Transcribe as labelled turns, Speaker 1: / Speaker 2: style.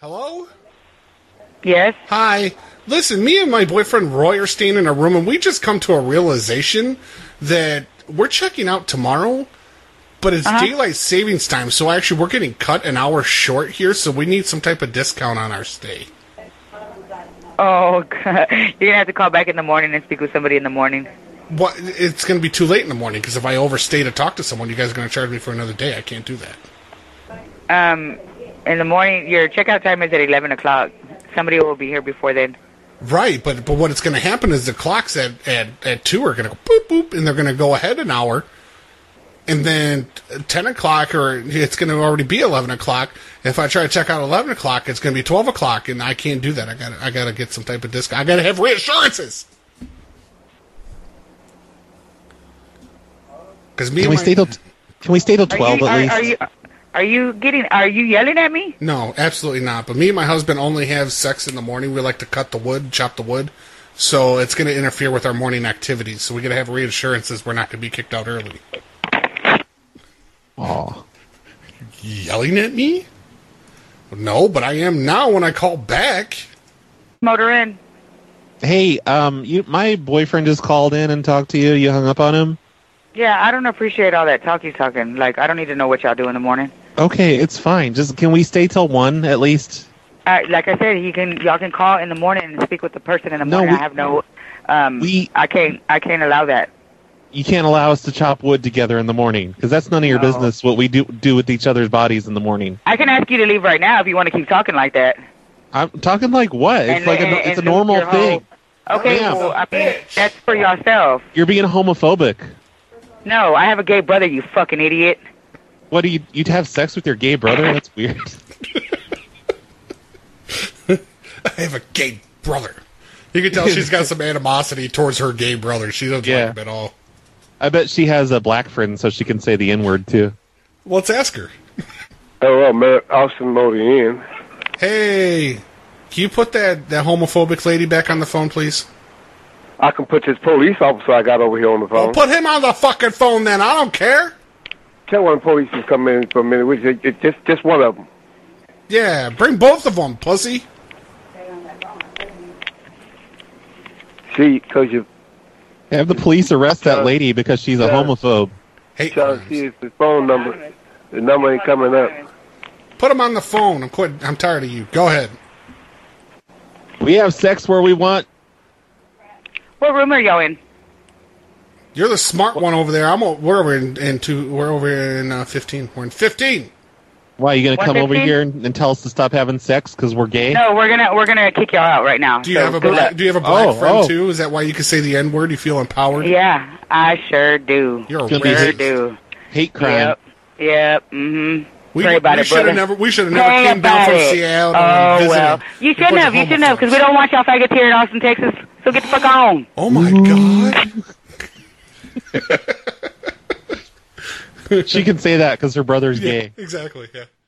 Speaker 1: Hello?
Speaker 2: Yes.
Speaker 1: Hi. Listen, me and my boyfriend Roy are staying in a room, and we just come to a realization that we're checking out tomorrow, but it's daylight savings time, so actually we're getting cut an hour short here, so we need some type of discount on our stay.
Speaker 2: Oh, God. you're gonna have to call back in the morning and speak with somebody in the morning.
Speaker 1: What? It's going to be too late in the morning because if I overstay to talk to someone, you guys are going to charge me for another day. I can't do that.
Speaker 2: Um, in the morning, your checkout time is at eleven o'clock. Somebody will be here before then.
Speaker 1: Right, but but what it's going to happen is the clocks at at at two are going to go boop boop, and they're going to go ahead an hour, and then ten o'clock or it's going to already be eleven o'clock. If I try to check out eleven o'clock, it's going to be twelve o'clock, and I can't do that. I got I got to get some type of discount. I got to have reassurances. Because me and
Speaker 3: Can we
Speaker 1: my-
Speaker 3: stay till? Can we stay till twelve
Speaker 2: are,
Speaker 3: at
Speaker 2: you,
Speaker 3: least?
Speaker 2: are, are you are you getting? Are you yelling at me?
Speaker 1: No, absolutely not. But me and my husband only have sex in the morning. We like to cut the wood, chop the wood. So it's going to interfere with our morning activities. So we're going to have reassurances we're not going to be kicked out early.
Speaker 3: Aw.
Speaker 1: Yelling at me? No, but I am now when I call back.
Speaker 2: Motor in.
Speaker 3: Hey, um, you, my boyfriend just called in and talked to you. You hung up on him.
Speaker 2: Yeah, I don't appreciate all that talkie talking. Like, I don't need to know what y'all do in the morning.
Speaker 3: Okay, it's fine. Just can we stay till one at least?
Speaker 2: Uh, like I said, you can y'all can call in the morning and speak with the person in the
Speaker 3: No,
Speaker 2: morning.
Speaker 3: we-
Speaker 2: I have no. Um,
Speaker 3: We-
Speaker 2: I can't. I can't allow that.
Speaker 3: You can't allow us to chop wood together in the morning because that's none of your
Speaker 2: No.
Speaker 3: business. What we do do with each other's bodies in the morning.
Speaker 2: I can ask you to leave right now if you want to keep talking like that.
Speaker 3: I'm talking like what? It's
Speaker 2: And-
Speaker 3: like a,
Speaker 2: and-
Speaker 3: it's a
Speaker 2: and lose
Speaker 3: normal
Speaker 2: your whole-
Speaker 3: thing.
Speaker 2: Okay,
Speaker 3: Yeah.
Speaker 2: well, I mean, that's for yourself.
Speaker 3: You're being homophobic.
Speaker 2: No, I have a gay brother, you fucking idiot.
Speaker 3: What do you you'd have sex with your gay brother? That's weird.
Speaker 1: I have a gay brother. You can tell she's got some animosity towards her gay brother. She doesn't
Speaker 3: Yeah.
Speaker 1: like him at all.
Speaker 3: I bet she has a black friend, so she can say the n word too.
Speaker 1: Let's ask her.
Speaker 4: Hello, man. Austin Modian.
Speaker 1: Hey, can you put that, that homophobic lady back on the phone, please?
Speaker 4: I can put this police officer I got over here on the
Speaker 1: Well,
Speaker 4: phone.
Speaker 1: put him on the fucking phone then. I don't care.
Speaker 4: Tell one of the police to come in for a minute. We just, it- just, just one of them.
Speaker 1: Yeah, bring both of them, pussy.
Speaker 4: See, because you
Speaker 3: Have the police arrest that
Speaker 4: Uh,
Speaker 3: lady because she's a
Speaker 4: uh,
Speaker 3: homophobe.
Speaker 1: Hate
Speaker 4: trying to
Speaker 1: crimes.
Speaker 4: see if the uh, phone number, the number ain't coming up.
Speaker 1: Put them on the phone. I'm quitting. I'm tired of you. Go ahead.
Speaker 3: We have sex where we want.
Speaker 2: What room are y'all in?
Speaker 1: You're the smart one over there. I'm. o- We're over in, in two. We're over in uh, fifteen. We're in fifteen.
Speaker 3: Why you gonna come over
Speaker 2: 115?
Speaker 3: here and, and tell us to stop having sex because we're gay?
Speaker 2: No, we're gonna we're gonna kick y'all out right now.
Speaker 1: Do you
Speaker 2: So
Speaker 1: have a
Speaker 2: good
Speaker 1: black,
Speaker 2: luck.
Speaker 1: Do you have a black
Speaker 3: Oh,
Speaker 1: friend
Speaker 3: oh.
Speaker 1: too? Is that why you can say the n word? You feel empowered?
Speaker 2: Yeah, I sure do.
Speaker 1: You're a
Speaker 3: Gonna be
Speaker 2: sure
Speaker 3: hate-
Speaker 1: racist.
Speaker 2: do.
Speaker 3: Hate crime.
Speaker 2: Yep. Yep. Mm-hmm.
Speaker 1: We,
Speaker 2: Pray about
Speaker 1: we
Speaker 2: it,
Speaker 1: should
Speaker 2: brother.
Speaker 1: have never. We should have
Speaker 2: Pray
Speaker 1: never came down
Speaker 2: about
Speaker 1: from
Speaker 2: it.
Speaker 1: Seattle. and
Speaker 2: Oh
Speaker 1: visited
Speaker 2: well, you
Speaker 1: a
Speaker 2: shouldn't
Speaker 1: bunch
Speaker 2: have.
Speaker 1: of
Speaker 2: You shouldn't have, because we
Speaker 1: homophobes.
Speaker 2: don't want y'all faggots here in Austin, Texas. So get the fuck on.
Speaker 1: Oh my god!
Speaker 3: she can say that because her brother's
Speaker 1: Yeah,
Speaker 3: gay.
Speaker 1: exactly. Yeah.